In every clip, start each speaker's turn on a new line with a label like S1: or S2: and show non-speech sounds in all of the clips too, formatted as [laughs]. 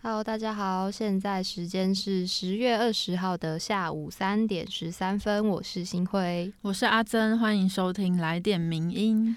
S1: Hello，大家好，现在时间是十月二十号的下午三点十三分，我是新辉。
S2: 我是阿珍，欢迎收听《来点名音》。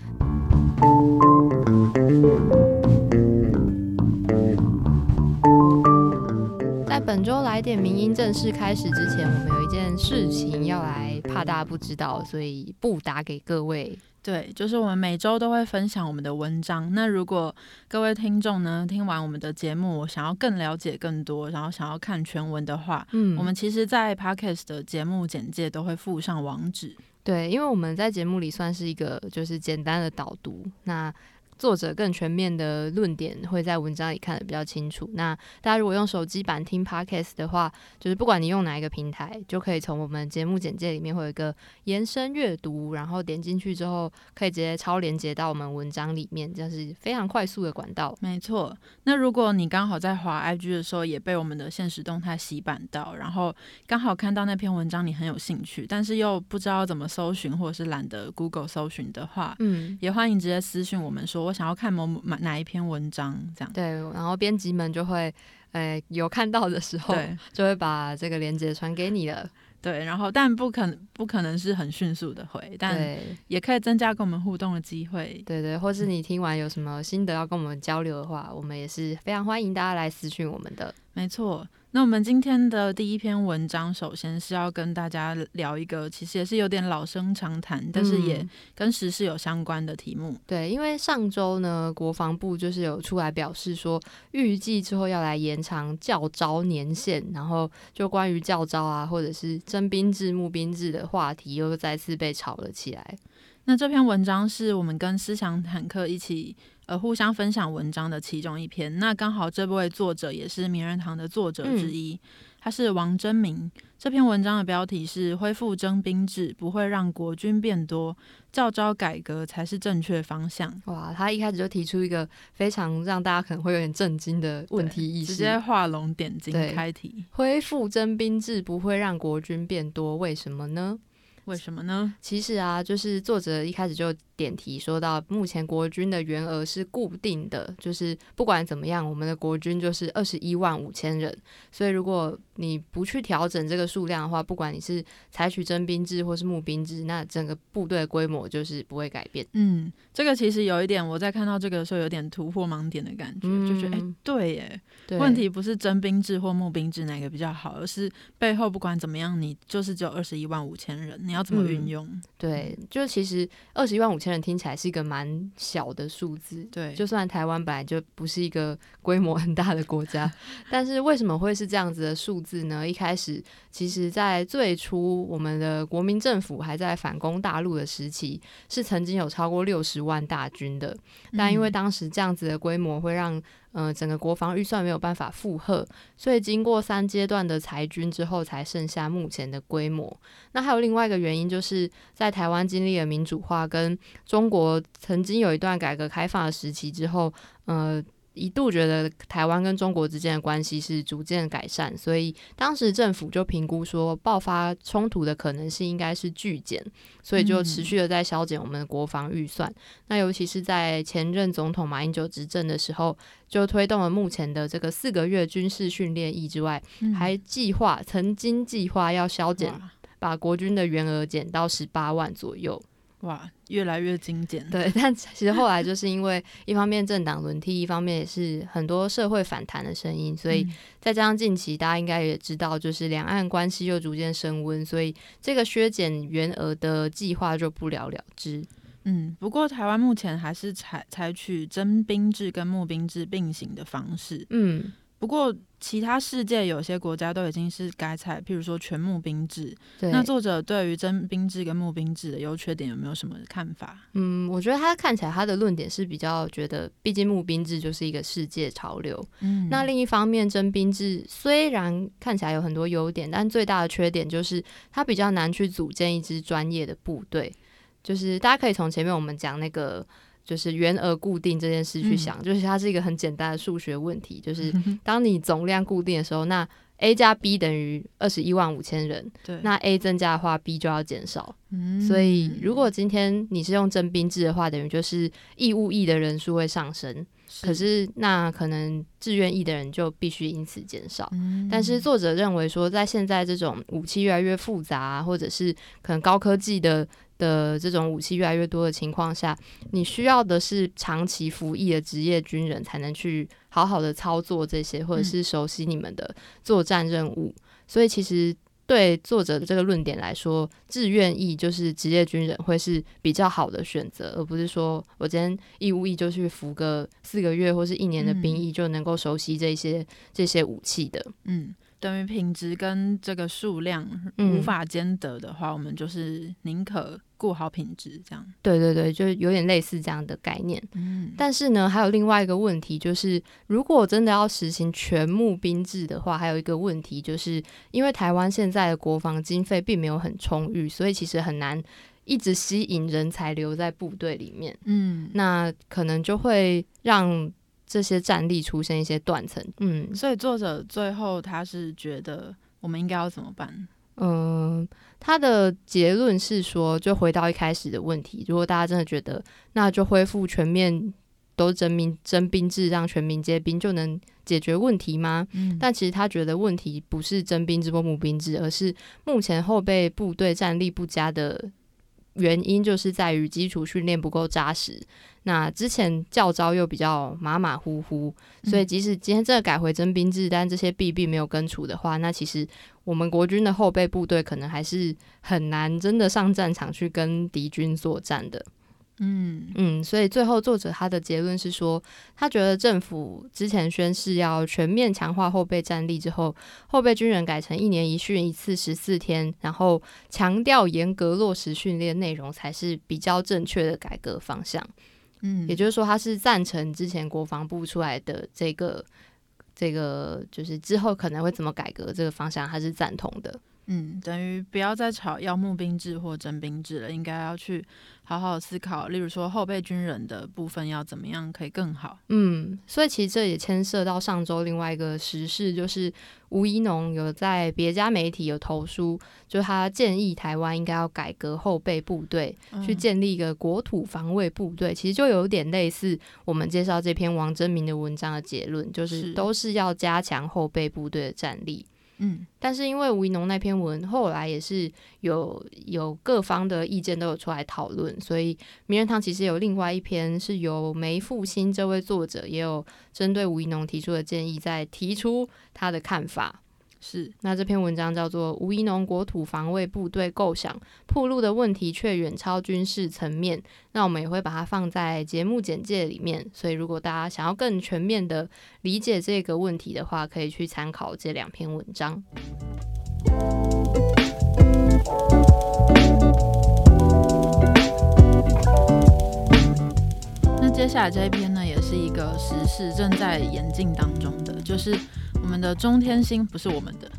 S1: 在本周来点名音正式开始之前，我们有一件事情要来，怕大家不知道，所以不打给各位。
S2: 对，就是我们每周都会分享我们的文章。那如果各位听众呢，听完我们的节目，想要更了解更多，然后想要看全文的话，
S1: 嗯
S2: 我们其实，在 podcast 的节目简介都会附上网址。
S1: 对，因为我们在节目里算是一个就是简单的导读，那作者更全面的论点会在文章里看得比较清楚。那大家如果用手机版听 podcast 的话，就是不管你用哪一个平台，就可以从我们节目简介里面会有一个延伸阅读，然后点进去之后可以直接超连接到我们文章里面，这样是非常快速的管道。
S2: 没错。那如果你刚好在滑 IG 的时候，也被我们的现实动态洗版到，然后刚好看到那篇文章，你很有兴趣，但是又不知道怎么搜寻，或者是懒得 Google 搜寻的话，
S1: 嗯，
S2: 也欢迎直接私讯我们说，我想要看某某哪哪一篇文章这样。
S1: 对，然后编辑们就会。呃，有看到的时候，
S2: 对
S1: 就会把这个链接传给你了。
S2: 对，然后但不可能不可能是很迅速的回，但
S1: 对，
S2: 也可以增加跟我们互动的机会。
S1: 对对，或是
S2: 嗯
S1: 你听完有什么心得要跟我们交流的话，我们也是非常欢迎大家来私讯我们的。
S2: 没错，那我们今天的第一篇文章，首先是要跟大家聊一个其实也是有点老生常谈，但是也
S1: 嗯
S2: 跟时事有相关的题目。
S1: 对，因为上周呢，国防部就是有出来表示说，预计之后要来延长教招年限，然后就关于教招啊，或者是征兵制、募兵制的话题，又再次被炒了起来。
S2: 那这篇文章是我们跟思想坦克一起呃互相分享文章的其中一篇。那刚好这位作者也是名人堂的作者
S1: 嗯
S2: 之一，他是王真明。这篇文章的标题是“恢复征兵制不会让国军变多，教招改革才是正确方向
S1: 哇，他一开始就提出一个非常让大家可能会有点震惊的问题意”，识，
S2: 直接画龙点睛
S1: 对
S2: 开题。
S1: 恢复征兵制不会让国军变多，为什么呢？
S2: 为什么呢？
S1: 其实啊，就是作者一开始就点题说到，目前国军的员额是固定的，就是不管怎么样，我们的国军就是二十一万五千人。所以如果你不去调整这个数量的话，不管你是采取征兵制或是募兵制，那整个部队的规模就是不会改变。
S2: 嗯，这个其实有一点，我在看到这个的时候有点突破盲点的感觉，就觉得哎、
S1: 嗯
S2: 对耶，
S1: 对，
S2: 问题不是征兵制或募兵制哪个比较好，而是背后不管怎么样，你就是只有二十一万五千人，你要怎么
S1: 嗯
S2: 运用？
S1: 对，就其实二十一万五千人听起来是一个蛮小的数字，
S2: 对，
S1: 就算台湾本来就不是一个规模很大的国
S2: [laughs]
S1: 家，但是为什么会是这样子的数字呢？一开始，其实，在最初我们的国民政府还在反攻大陆的时期，是曾经有超过六十万大军的。但因为
S2: 嗯
S1: 当时这样子的规模会让呃整个国防预算没有办法负荷，所以经过三阶段的裁军之后，才剩下目前的规模。那还有另外一个原因，就是在台湾经历了民主化跟中国曾经有一段改革开放的时期之后，呃。一度觉得台湾跟中国之间的关系是逐渐改善，所以当时政府就评估说爆发冲突的可能性应该是巨减，所以就
S2: 嗯
S1: 持续的在削减我们的国防预算。那尤其是在前任总统马英九执政的时候，就推动了目前的这个四个月军事训练役之外，
S2: 嗯
S1: 还计划曾经计划要削减，
S2: 哇
S1: 把国军的员额减到十八万左右。
S2: 哇，越来越精简。
S1: 对， [laughs] 但其实后来就是因为一方面政党轮替，一方面也是很多社会反弹的声音，所以
S2: 嗯
S1: 再加上近期大家应该也知道，就是两岸关系又逐渐升温，所以这个削减员额的计划就不了了之。
S2: 嗯，不过台湾目前还是采采取征兵制跟募兵制并行的方式。
S1: 嗯，
S2: 不过其他世界有些国家都已经是改采，譬如说全募兵制。
S1: 对。
S2: 那作者对于征兵制跟募兵制的优缺点有没有什么看法？
S1: 嗯，我觉得他看起来他的论点是比较觉得，毕竟募兵制就是一个世界潮流。
S2: 嗯
S1: 那另一方面，征兵制虽然看起来有很多优点，但最大的缺点就是它比较难去组建一支专业的部队。就是大家可以从前面我们讲那个。就是员额固定这件事去
S2: 嗯
S1: 想，就是它是一个很简单的数学问题，就是当你总量固定的时候，那 A 加 B 等于二十一万五千人，
S2: 对，
S1: 那 A 增加的话，B 就要减少。
S2: 嗯
S1: 所以，如果今天你是用征兵制的话，等于就是义务役的人数会上升。可是那可能志愿役的人就必须因此减少。
S2: 嗯
S1: 但是作者认为说，在现在这种武器越来越复杂、啊或者是可能高科技的的这种武器越来越多的情况下，你需要的是长期服役的职业军人才能去好好的操作这些，或者是熟悉你们的作战任务。所以其实。对作者的这个论点来说，志愿役就是职业军人会是比较好的选择，而不是说我今天义务役就去服个四个月或是一年的兵役就能够熟悉这些这些武器的。
S2: 嗯，等于品质跟这个数量
S1: 嗯
S2: 无法兼得的话，我们就是宁可顾好品质这样。
S1: 对对对，就是有点类似这样的概念。
S2: 嗯，
S1: 但是呢，还有另外一个问题，就是如果真的要实行全募兵制的话，还有一个问题，就是因为台湾现在的国防经费并没有很充裕，所以其实很难一直吸引人才留在部队里面。
S2: 嗯，
S1: 那可能就会让这些战力出现一些断层。嗯
S2: 所以作者最后他是觉得我们应该要怎么办？
S1: 嗯、呃他的结论是说，就回到一开始的问题，如果大家真的觉得，那就恢复全面都征兵征兵制，让全民皆兵就能解决问题吗？
S2: 嗯
S1: 但其实他觉得问题不是征兵制或募兵制，而是目前后备部队战力不佳的原因，就是在于基础训练不够扎实。那之前教招又比较马马虎虎，所以
S2: 嗯
S1: 即使今天这个改回征兵制，但这些弊病没有根除的话，那其实我们国军的后备部队可能还是很难真的上战场去跟敌军作战的。
S2: 嗯
S1: 嗯，所以最后作者他的结论是说，他觉得政府之前宣誓要全面强化后备战力之后，后备军人改成一年一训一次十四天，然后强调严格落实训练内容才是比较正确的改革方向。
S2: 嗯，
S1: 也就是说，他是赞成之前国防部出来的这个这个，就是之后可能会怎么改革这个方向，他是赞同的。
S2: 嗯，等于不要再吵要募兵制或征兵制了，应该要去好好思考，例如说后备军人的部分要怎么样可以更好。
S1: 嗯，所以其实这也牵涉到上周另外一个时事，就是吴一农有在别家媒体有投书，就他建议台湾应该要改革后备部队，
S2: 嗯
S1: 去建立一个国土防卫部队。其实就有点类似我们介绍这篇王真明的文章的结论，就是
S2: 是
S1: 都是要加强后备部队的战力。
S2: 嗯
S1: 但是因为吴一农那篇文后来也是有有各方的意见都有出来讨论，所以名人堂其实有另外一篇是由梅复兴这位作者也有针对吴一农提出的建议，在提出他的看法。
S2: 是
S1: 那这篇文章叫做《吴一农国土防卫部队构想铺路的问题却远超军事层面》，那我们也会把它放在节目简介里面。所以，如果大家想要更全面的理解这个问题的话，可以去参考这两篇文章。
S2: 那接下来这一篇呢，也是一个时事正在演进当中的，就是我们的中天新不是我们的，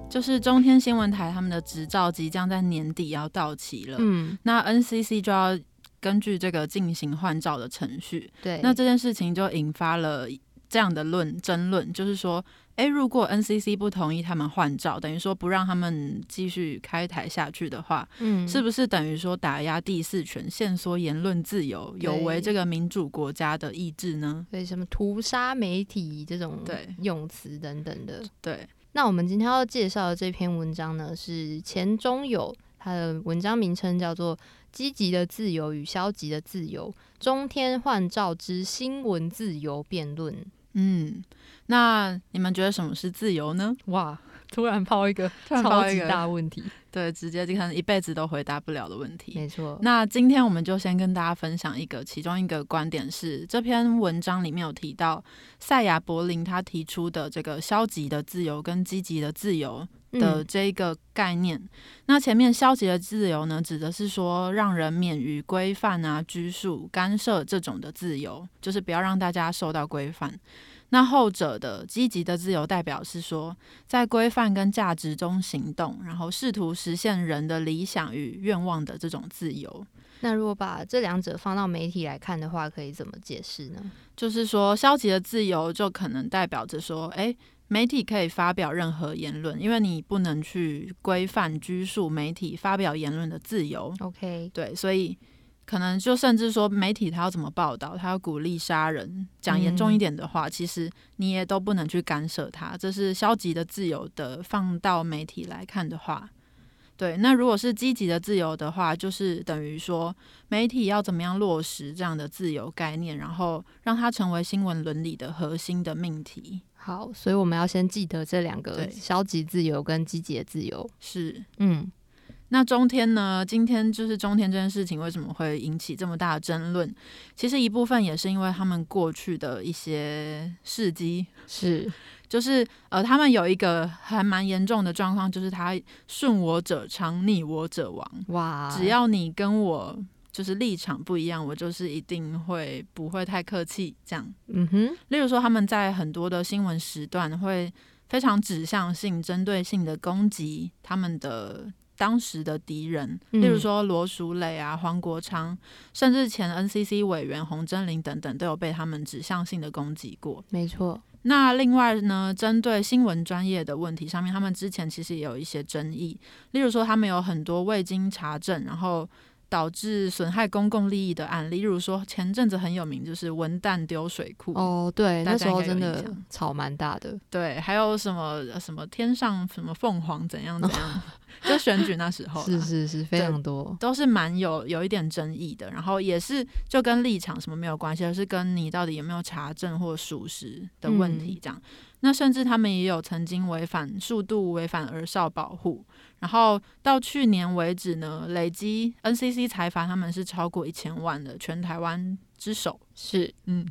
S2: [laughs] 就是中天新闻台他们的执照即将在年底要到期了，
S1: 嗯，
S2: 那 NCC 就要根据这个进行换照的程序。
S1: 对，
S2: 那这件事情就引发了这样的论争论，就是说，诶，如果 NCC 不同意他们换照，等于说不让他们继续开台下去的话，
S1: 嗯
S2: 是不是等于说打压第四权，限缩言论自由，有违这个民主国家的意志呢？
S1: 所以什么屠杀媒体这种
S2: 对
S1: 用词等等的。
S2: 对，
S1: 那我们今天要介绍的这篇文章呢，是钱中友，他的文章名称叫做《积极的自由与消极的自由：中天换照之新闻自由辩论》。
S2: 嗯，那你们觉得什么是自由呢？
S1: 哇，突然抛一个
S2: 突然抛一个
S1: 问题，
S2: 对，直接就可能一辈子都回答不了的问题。
S1: 没错，
S2: 那今天我们就先跟大家分享一个，其中一个观点是，这篇文章里面有提到塞亚柏林他提出的这个消极的自由跟积极的自由的
S1: 嗯
S2: 这一个概念。那前面消极的自由呢，指的是说让人免于规范啊、拘束、干涉这种的自由，就是不要让大家受到规范。那后者的积极的自由代表是说，在规范跟价值中行动，然后试图实现人的理想与愿望的这种自由。
S1: 那如果把这两者放到媒体来看的话，可以怎么解释呢？
S2: 就是说，消极的自由就可能代表着说，诶，媒体可以发表任何言论，因为你不能去规范、拘束媒体发表言论的自由。
S1: OK，
S2: 对，所以可能就甚至说媒体他要怎么报道，他要鼓励杀人，讲严重一点的话，其实你也都不能去干涉他，这是消极的自由的。放到媒体来看的话，对，那如果是积极的自由的话，就是等于说媒体要怎么样落实这样的自由概念，然后让它成为新闻伦理的核心的命题。
S1: 好，所以我们要先记得这两个
S2: 对
S1: 消极自由跟积极的自由。
S2: 是，
S1: 嗯
S2: 那中天呢？今天就是中天这件事情为什么会引起这么大的争论？其实一部分也是因为他们过去的一些事迹，
S1: [laughs] 是，
S2: 就是呃，他们有一个还蛮严重的状况，就是他顺我者昌，逆我者亡。
S1: 哇，
S2: 只要你跟我就是立场不一样，我就是一定会不会太客气这样。
S1: 嗯哼，
S2: 例如说，他们在很多的新闻时段会非常指向性、针对性的攻击他们的当时的敌人，
S1: 嗯
S2: 例如说罗淑蕾啊、黄国昌，甚至前 NCC 委员洪真林等等，都有被他们指向性的攻击过。
S1: 没错，
S2: 那另外呢，针对新闻专业的问题上面，他们之前其实也有一些争议，例如说他们有很多未经查证，然后导致损害公共利益的案例，例如说前阵子很有名就是文旦丢水库，
S1: 哦，对，
S2: 大
S1: 那
S2: 家
S1: 时候
S2: 应该有
S1: 真
S2: 印
S1: 的
S2: 象
S1: 吵蛮大的，
S2: 对，还有什么呃什么天上什么凤凰怎样怎样，就选举那时候啦
S1: 哦 [laughs] 是是是，非
S2: 对
S1: 常多，
S2: 都是蛮有有一点争议的，然后也是就跟立场什么没有关系，而是跟你到底有没有查证或属实的问题这样。那甚至他们也有曾经违反数度违反儿少保护，然后到去年为止呢，累积 NCC 裁罚他们是超过一千万的，全台湾之首。
S1: 是，
S2: 嗯，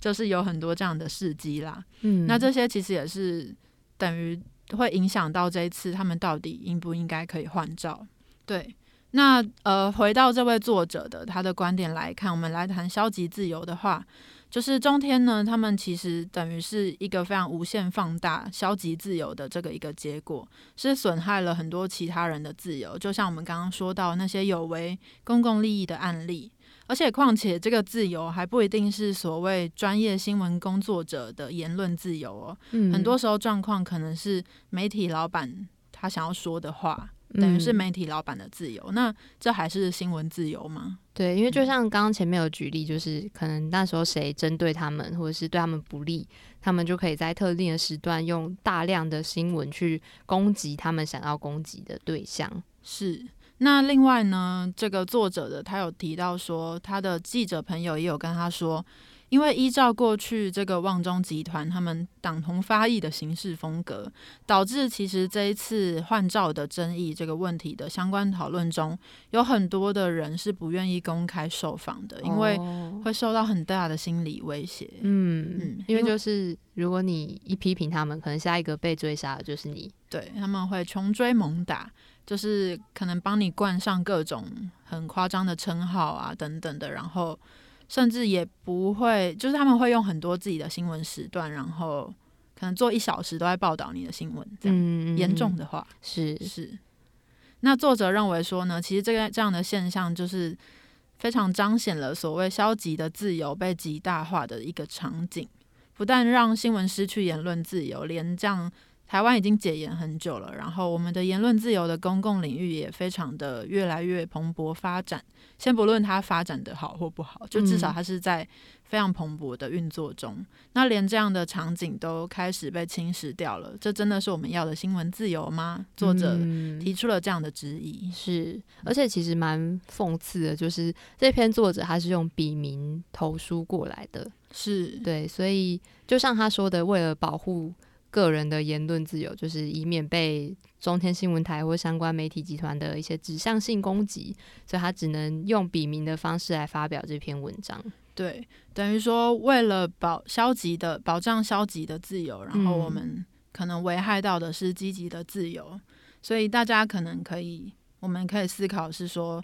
S2: 就是有很多这样的事迹啦。
S1: 嗯，
S2: 那这些其实也是等于会影响到这一次他们到底应不应该可以换照。对，那呃，回到这位作者的他的观点来看，我们来谈消极自由的话，就是中天呢，他们其实等于是一个非常无限放大消极自由的这个一个结果，是损害了很多其他人的自由。就像我们刚刚说到那些有违公共利益的案例，而且况且这个自由还不一定是所谓专业新闻工作者的言论自由哦，
S1: 嗯
S2: 很多时候状况可能是媒体老板他想要说的话，等于是
S1: 嗯
S2: 媒体老板的自由，那这还是新闻自由吗？
S1: 对，因为
S2: 嗯
S1: 就像刚刚前面有举例，就是可能那时候谁针对他们，或者是对他们不利，他们就可以在特定的时段用大量的新闻去攻击他们想要攻击的对象。
S2: 是。那另外呢，这个作者的他有提到说，他的记者朋友也有跟他说，因为依照过去这个旺中集团他们党同伐异的行事风格，导致其实这一次换照的争议这个问题的相关讨论中，有很多的人是不愿意公开受访的，因为
S1: 哦
S2: 会受到很大的心理威胁。
S1: 嗯
S2: 嗯
S1: 因为
S2: 因为
S1: 就是如果你一批评他们，可能下一个被追杀的就是你。
S2: 对，他们会穷追猛打，就是可能帮你冠上各种很夸张的称号啊等等的，然后甚至也不会，就是他们会用很多自己的新闻时段，然后可能做一小时都在报道你的新闻，这样、
S1: 嗯
S2: 严重
S1: 的
S2: 的话
S1: 是
S2: 是。那作者认为说呢，其实这个这样的现象就是非常彰显了所谓消极的自由被极大化的一个场景，不但让新闻失去言论自由，连这样台湾已经解严很久了，然后我们的言论自由的公共领域也非常的越来越蓬勃发展。先不论它发展的好或不好，就至少
S1: 嗯
S2: 它是在非常蓬勃的运作中。那连这样的场景都开始被侵蚀掉了，这真的是我们要的新闻自由吗？作者
S1: 嗯
S2: 提出了这样的质疑。
S1: 是，而且其实蛮讽刺的，就是这篇作者他是用笔名投书过来的，
S2: 是
S1: 对，所以就像他说的，为了保护个人的言论自由，就是以免被中天新闻台或相关媒体集团的一些指向性攻击，所以他只能用笔名的方式来发表这篇文章。
S2: 对，等于说为了保消极的保障消极的自由，然后
S1: 嗯
S2: 我们可能危害到的是积极的自由，所以大家可能可以，我们可以思考是说，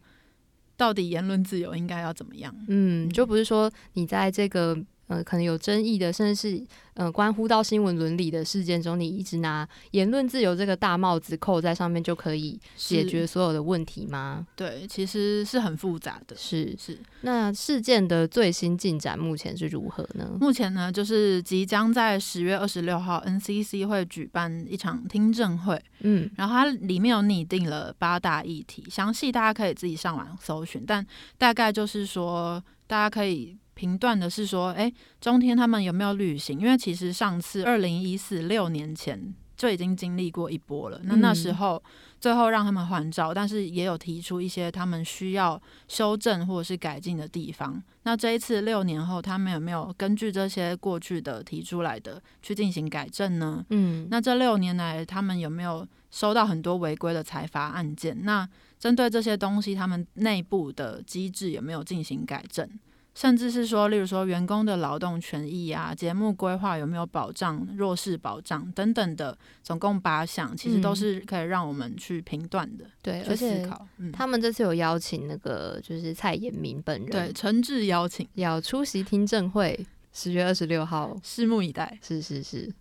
S2: 到底言论自由应该要怎么样？
S1: 嗯，就不是说你在这个呃可能有争议的，甚至是呃关乎到新闻伦理的事件中，你一直拿言论自由这个大帽子扣在上面，就可以解决所有的问题吗？
S2: 对，其实是很复杂的。
S1: 是，
S2: 是，
S1: 那事件的最新进展目前是如何呢？
S2: 目前呢，就是即将在十月二十六号，NCC 会举办一场听证会，
S1: 嗯，
S2: 然后它里面有拟定了八大议题，详细大家可以自己上网搜寻，但大概就是说，大家可以评断的是说，诶，中天他们有没有履行？因为其实上次二零一四六年前就已经经历过一波了，那
S1: 嗯
S2: 那时候最后让他们还照，但是也有提出一些他们需要修正或者是改进的地方。那这一次六年后，他们有没有根据这些过去的提出来的去进行改正呢？
S1: 嗯，
S2: 那这六年来，他们有没有收到很多违规的财阀案件？那针对这些东西，他们内部的机制有没有进行改正？甚至是说，例如说员工的劳动权益啊，节目规划有没有保障弱势保障等等的，总共八项，其实都
S1: 嗯
S2: 是可以让我们去评断的，
S1: 对，
S2: 去
S1: 而
S2: 思
S1: 且
S2: 考。嗯，
S1: 他们这次有邀请那个就是蔡衍明本人，
S2: 对，诚挚邀请，
S1: 要出席听证会，十月二十六号。
S2: 拭目以待。
S1: 是是是，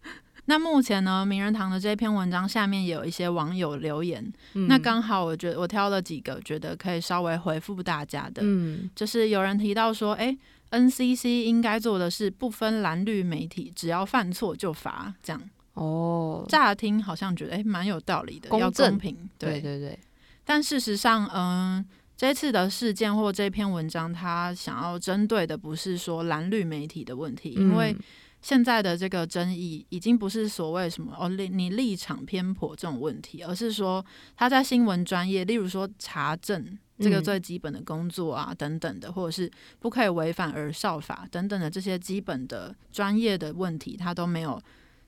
S2: 那目前呢，名人堂的这篇文章下面也有一些网友留言，
S1: 嗯
S2: 那刚好，我觉得我挑了几个，觉得可以稍微回复大家的，
S1: 嗯
S2: 就是有人提到说，哎、n c c 应该做的是不分蓝绿媒体，只要犯错就罚，这样
S1: 哦，
S2: 乍听好像觉得哎蛮、有道理的，
S1: 公
S2: 要
S1: 正
S2: 公平，
S1: 对对对，
S2: 但事实上，嗯，这次的事件或这篇文章，它想要针对的不是说蓝绿媒体的问题，因为
S1: 嗯
S2: 现在的这个争议已经不是所谓什么哦立你立场偏颇这种问题，而是说他在新闻专业，例如说查证这个
S1: 嗯
S2: 最基本的工作啊、等等的，或者是不可以违反儿少法等等的这些基本的专业的问题，他都没有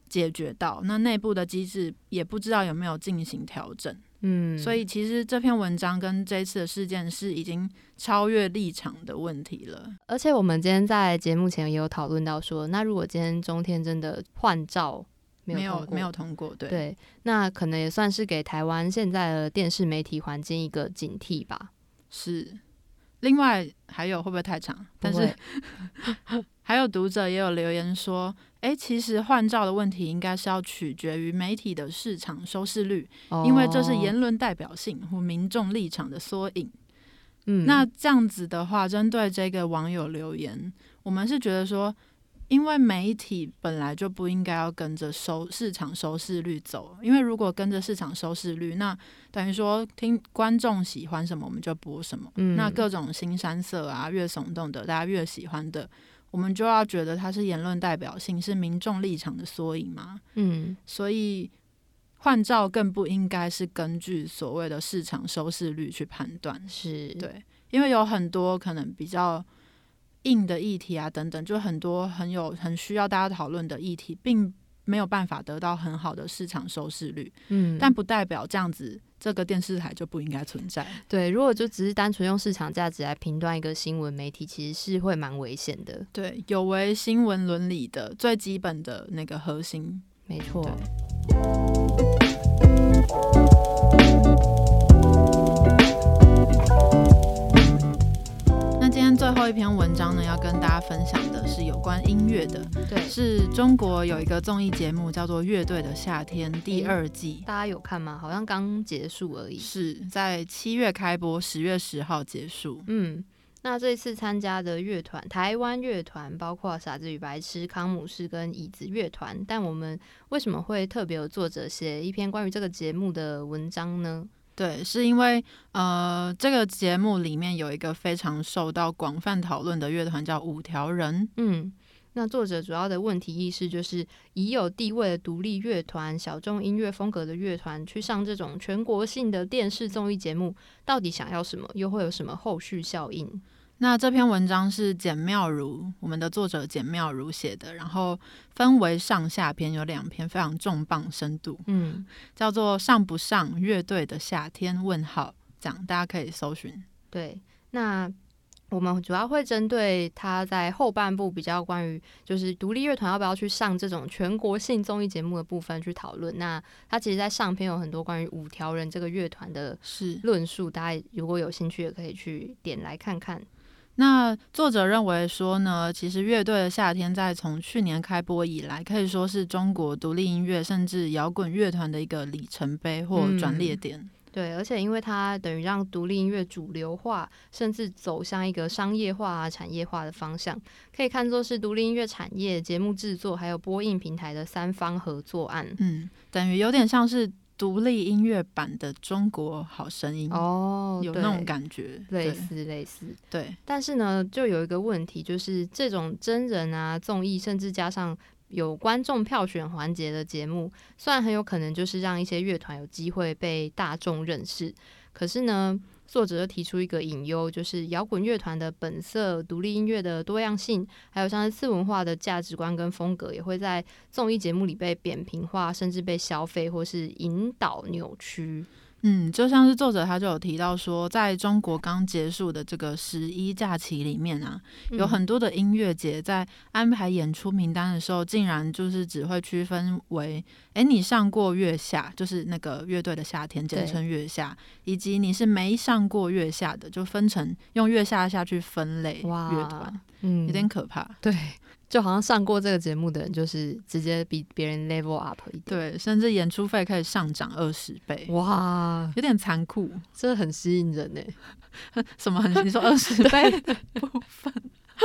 S2: 解决到。那内部的机制也不知道有没有进行调整。
S1: 嗯，
S2: 所以其实这篇文章跟这一次的事件是已经超越立场的问题了。
S1: 而且我们今天在节目前也有讨论到说，那如果今天中天真的换照没有通
S2: 没有
S1: 过
S2: 没有通过，对
S1: 对，那可能也算是给台湾现在的电视媒体环境一个警惕吧。
S2: 是。另外还有会不会太长？但
S1: 不
S2: 是
S1: 会
S2: [laughs] 还有读者也有留言说，诶，其实换照的问题应该是要取决于媒体的市场收视率，因为这是言
S1: 哦
S2: 论代表性或民众立场的缩影。
S1: 嗯
S2: 那这样子的话，针对这个网友留言，我们是觉得说，因为媒体本来就不应该要跟着收市场收视率走，因为如果跟着市场收视率，那等于说听观众喜欢什么我们就播什么，
S1: 嗯
S2: 那各种新山色啊，越耸动的，大家越喜欢的。我们就要觉得它是言论代表性，是民众立场的缩影嘛？
S1: 嗯
S2: 所以换照更不应该是根据所谓的市场收视率去判断。
S1: 是
S2: 对，因为有很多可能比较硬的议题啊，等等，就很多很有很需要大家讨论的议题，并没有办法得到很好的市场收视率，
S1: 嗯，
S2: 但不代表这样子这个电视台就不应该存在。
S1: 对，如果就只是单纯用市场价值来评断一个新闻媒体，其实是会蛮危险的。
S2: 对，有违新闻伦理的最基本的那个核心。
S1: 没错。
S2: 那今天最后一篇文章呢，要跟大家分享的是有关音乐的，
S1: 对，
S2: 是中国有一个综艺节目叫做《乐队的夏天》第二季。
S1: 大家有看吗？好像刚结束而已。
S2: 是在七月开播，十月十号结束。
S1: 嗯，那这次参加的乐团，台湾乐团包括傻子与白痴、康姆士跟椅子乐团。但我们为什么会特别有作者写一篇关于这个节目的文章呢？
S2: 对，是因为呃，这个节目里面有一个非常受到广泛讨论的乐团叫五条人。
S1: 嗯，那作者主要的问题意识就是，已有地位的独立乐团、小众音乐风格的乐团去上这种全国性的电视综艺节目，到底想要什么，又会有什么后续效应？嗯
S2: 那这篇文章是简妙如，我们的作者简妙如写的，然后分为上下篇，有两篇非常重磅深度，
S1: 嗯，
S2: 叫做《上不上乐队的夏天》问号，这样大家可以搜寻。
S1: 对，那我们主要会针对他在后半部比较关于就是独立乐团要不要去上这种全国性综艺节目的部分去讨论。那他其实，在上篇有很多关于五条人这个乐团的
S2: 是
S1: 论述，大家如果有兴趣也可以去点来看看。
S2: 那作者认为说呢，其实乐队的夏天在从去年开播以来，可以说是中国独立音乐甚至摇滚乐团的一个里程碑或转捩点。
S1: 对，而且因为它等于让独立音乐主流化，甚至走向一个商业化、啊、产业化的方向，可以看作是独立音乐产业、节目制作还有播映平台的三方合作案。
S2: 嗯，等于有点像是独立音乐版的《中国好声音》
S1: 哦，
S2: 有那种感觉，
S1: 类似类似。
S2: 对，
S1: 但是呢，就有一个问题，就是这种真人啊、综艺，甚至加上。有观众票选环节的节目，虽然很有可能就是让一些乐团有机会被大众认识，可是呢，作者就提出一个隐忧，就是摇滚乐团的本色、独立音乐的多样性，还有像是次文化的价值观跟风格，也会在综艺节目里被扁平化，甚至被消费或是引导扭曲。
S2: 嗯，就像是作者他就有提到说，在中国刚结束的这个十一假期里面啊，
S1: 嗯
S2: 有很多的音乐节在安排演出名单的时候，竟然就是只会区分为，哎、欸，你上过月下，就是那个乐队的夏天，简称月下，以及你是没上过月下的，就分成用月下下去分类乐团，嗯，有点可怕，
S1: 对。就好像上过这个节目的人，就是直接比别人 level up 一
S2: 点，对，甚至演出费可以上涨二十倍，
S1: 哇，
S2: 有点残酷，
S1: 这很吸引人欸呢。
S2: 什么很？你说二十倍的部分，
S1: [laughs]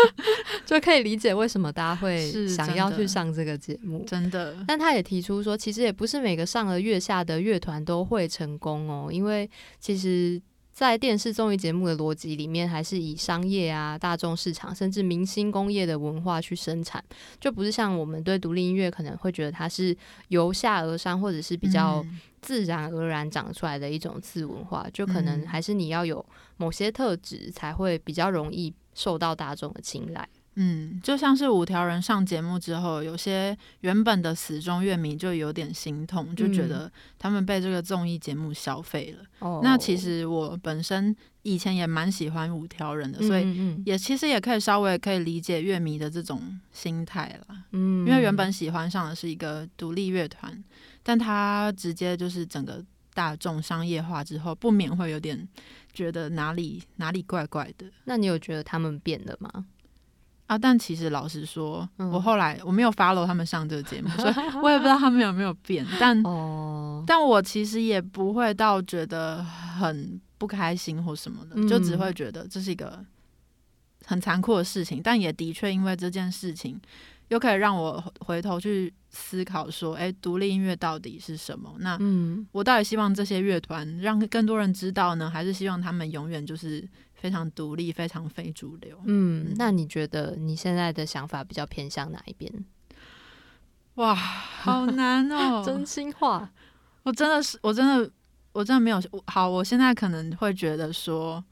S1: 就可以理解为什么大家会想要去上这个节目，
S2: 真的。
S1: 但他也提出说，其实也不是每个上了月下的乐团都会成功哦，因为其实。在电视综艺节目的逻辑里面，还是以商业啊、大众市场，甚至明星工业的文化去生产，就不是像我们对独立音乐可能会觉得它是由下而上，或者是比
S2: 嗯
S1: 较自然而然长出来的一种次文化，嗯、就可能还是你要有某些特质，才会比较容易受到大众的青睐。
S2: 嗯，就像是五条人上节目之后，有些原本的死忠乐迷就有点心痛，就觉得他们被这个综艺节目消费了。
S1: 嗯、
S2: 那其实我本身以前也蛮喜欢五条人的，
S1: 嗯
S2: 所以也其实也可以稍微可以理解乐迷的这种心态啦。
S1: 嗯，
S2: 因为原本喜欢上的是一个独立乐团，但他直接就是整个。大众商业化之后，不免会有点觉得哪里哪里怪怪的。
S1: 那你有觉得他们变了吗？
S2: 啊，但其实老实说，嗯、我后来我没有 follow 他们上这个节目，所以我也不知道他们有没有变。但
S1: 哦，
S2: 但我其实也不会到觉得很不开心或什么的，
S1: 嗯、
S2: 就只会觉得这是一个很残酷的事情。但也的确因为这件事情，又可以让我回头去思考说，哎、欸，独立音乐到底是什么？那
S1: 嗯，
S2: 我到底希望这些乐团让更多人知道呢，还是希望他们永远就是？非常独立，非常非主流。
S1: 嗯，那你觉得你现在的想法比较偏向哪一边？
S2: 哇，好难哦！
S1: [laughs] 真心话，
S2: 我真的是，我真的，我真的没有好。我现在可能会觉得说，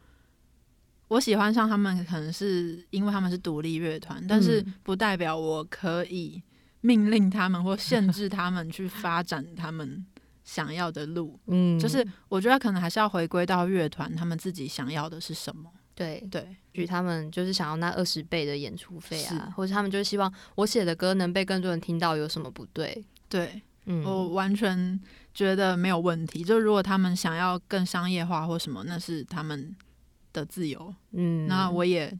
S2: 我喜欢上他们，可能是因为他们是独立乐团，但是不代表我可以命令他们或限制他们去发展他们。想要的路，
S1: 嗯，
S2: 就是我觉得可能还是要回归到乐团他们自己想要的是什么。
S1: 对
S2: 对，
S1: 举他们就是想要那二十倍的演出费啊，或者他们就希望我写的歌能被更多人听到，有什么不对？
S2: 对，
S1: 嗯，
S2: 我完全觉得没有问题。就如果他们想要更商业化或什么，那是他们的自由。
S1: 嗯，
S2: 那我也。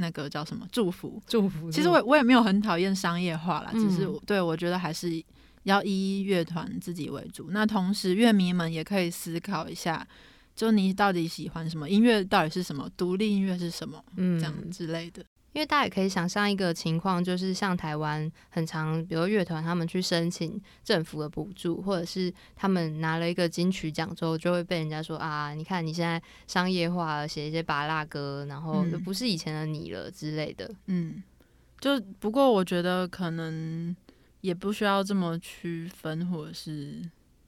S2: 那个叫什么？祝福，
S1: 祝福。
S2: 其实我我也没有很讨厌商业化啦，嗯、只是对我觉得还是要以乐团自己为主。那同时，乐迷们也可以思考一下，就你到底喜欢什么音乐，到底是什么独立音乐是什么，
S1: 嗯，
S2: 这样之类的。
S1: 因为大家也可以想象一个情况，就是像台湾很常，比如乐团他们去申请政府的补助，或者是他们拿了一个金曲奖之后，就会被人家说啊，你看你现在商业化了，写一些拔蜡歌，然后就不是以前的你了之类的。
S2: 嗯，就不过我觉得可能也不需要这么区分或者是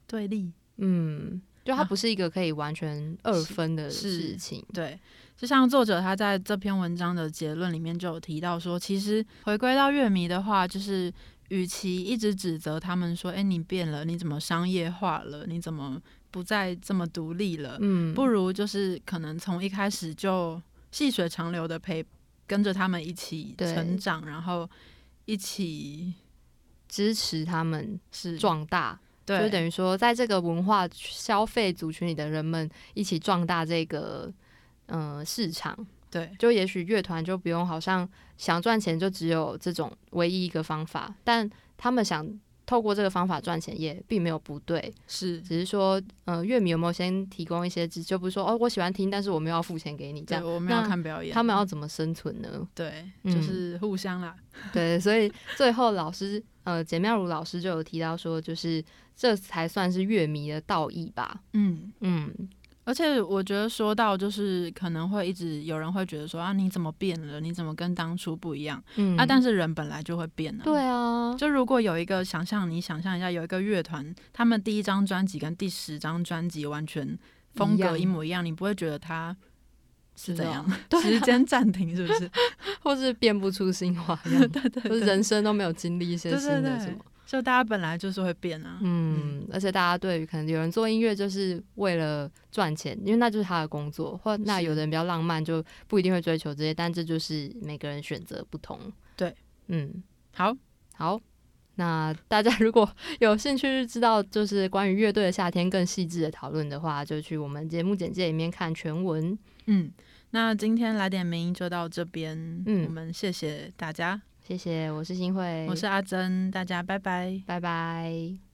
S2: 对立。
S1: 嗯，就它不是一个可以完全二分的事情。
S2: 啊、对。就像作者他在这篇文章的结论里面就有提到说，其实回归到乐迷的话，就是与其一直指责他们说，哎、欸，你变了，你怎么商业化了，你怎么不再这么独立了，
S1: 嗯，
S2: 不如就是可能从一开始就细水长流的陪跟着他们一起成长，然后一起
S1: 支持他们
S2: 是
S1: 壮大。就等于说，在这个文化消费族群里的人们一起壮大这个。嗯、呃，市场
S2: 对，
S1: 就也许乐团就不用好像想赚钱就只有这种唯一一个方法，但他们想透过这个方法赚钱也并没有不对，
S2: 是，
S1: 只是说，呃，乐迷有没有先提供一些支持，就不是说哦，我喜欢听，但是我没有要付钱给你这
S2: 对
S1: 样，
S2: 我们要
S1: 那
S2: 看表演，
S1: 他们要怎么生存呢？ [laughs]
S2: 对，
S1: 嗯
S2: 就是互相啦，
S1: 对，所以最后老师呃简妙如老师就有提到说，就是这才算是乐迷的道义吧。
S2: 嗯。
S1: 嗯，
S2: 而且我觉得说到就是可能会一直有人会觉得说啊你怎么变了？你怎么跟当初不一样、
S1: 嗯
S2: 啊？但是人本来就会变啊。
S1: 对。啊，
S2: 就如果有一个想象，你想象一下，有一个乐团，他们第一张专辑跟第十张专辑完全风
S1: 一
S2: 格
S1: 样
S2: 一模一样，你不会觉得它是怎样？
S1: [laughs] 对啊
S2: 时间暂停是不 [laughs] 是？
S1: 或是变不出新花
S2: [laughs]
S1: 样，对对或是人生都没有经历一些
S2: 对
S1: 新
S2: 对
S1: 的什
S2: 对
S1: 么。，
S2: 就大家本来就是会变啊。
S1: 嗯，而且大家对于可能有人做音乐就是为了赚钱，因为那就是他的工作，或那
S2: 是
S1: 有的人比较浪漫，就不一定会追求这些，但这就是每个人选择不同。
S2: 对，
S1: 嗯，
S2: 好，
S1: 好，那大家 [laughs] 如果有兴趣知道就是关于乐队的夏天更细致的讨论的话，就去我们节目简介里面看全文。
S2: 嗯，那今天来点名就到这边，
S1: 嗯
S2: 我们谢谢大家，
S1: 谢谢，我是新慧，
S2: 我是阿珍，大家拜拜。
S1: 拜拜。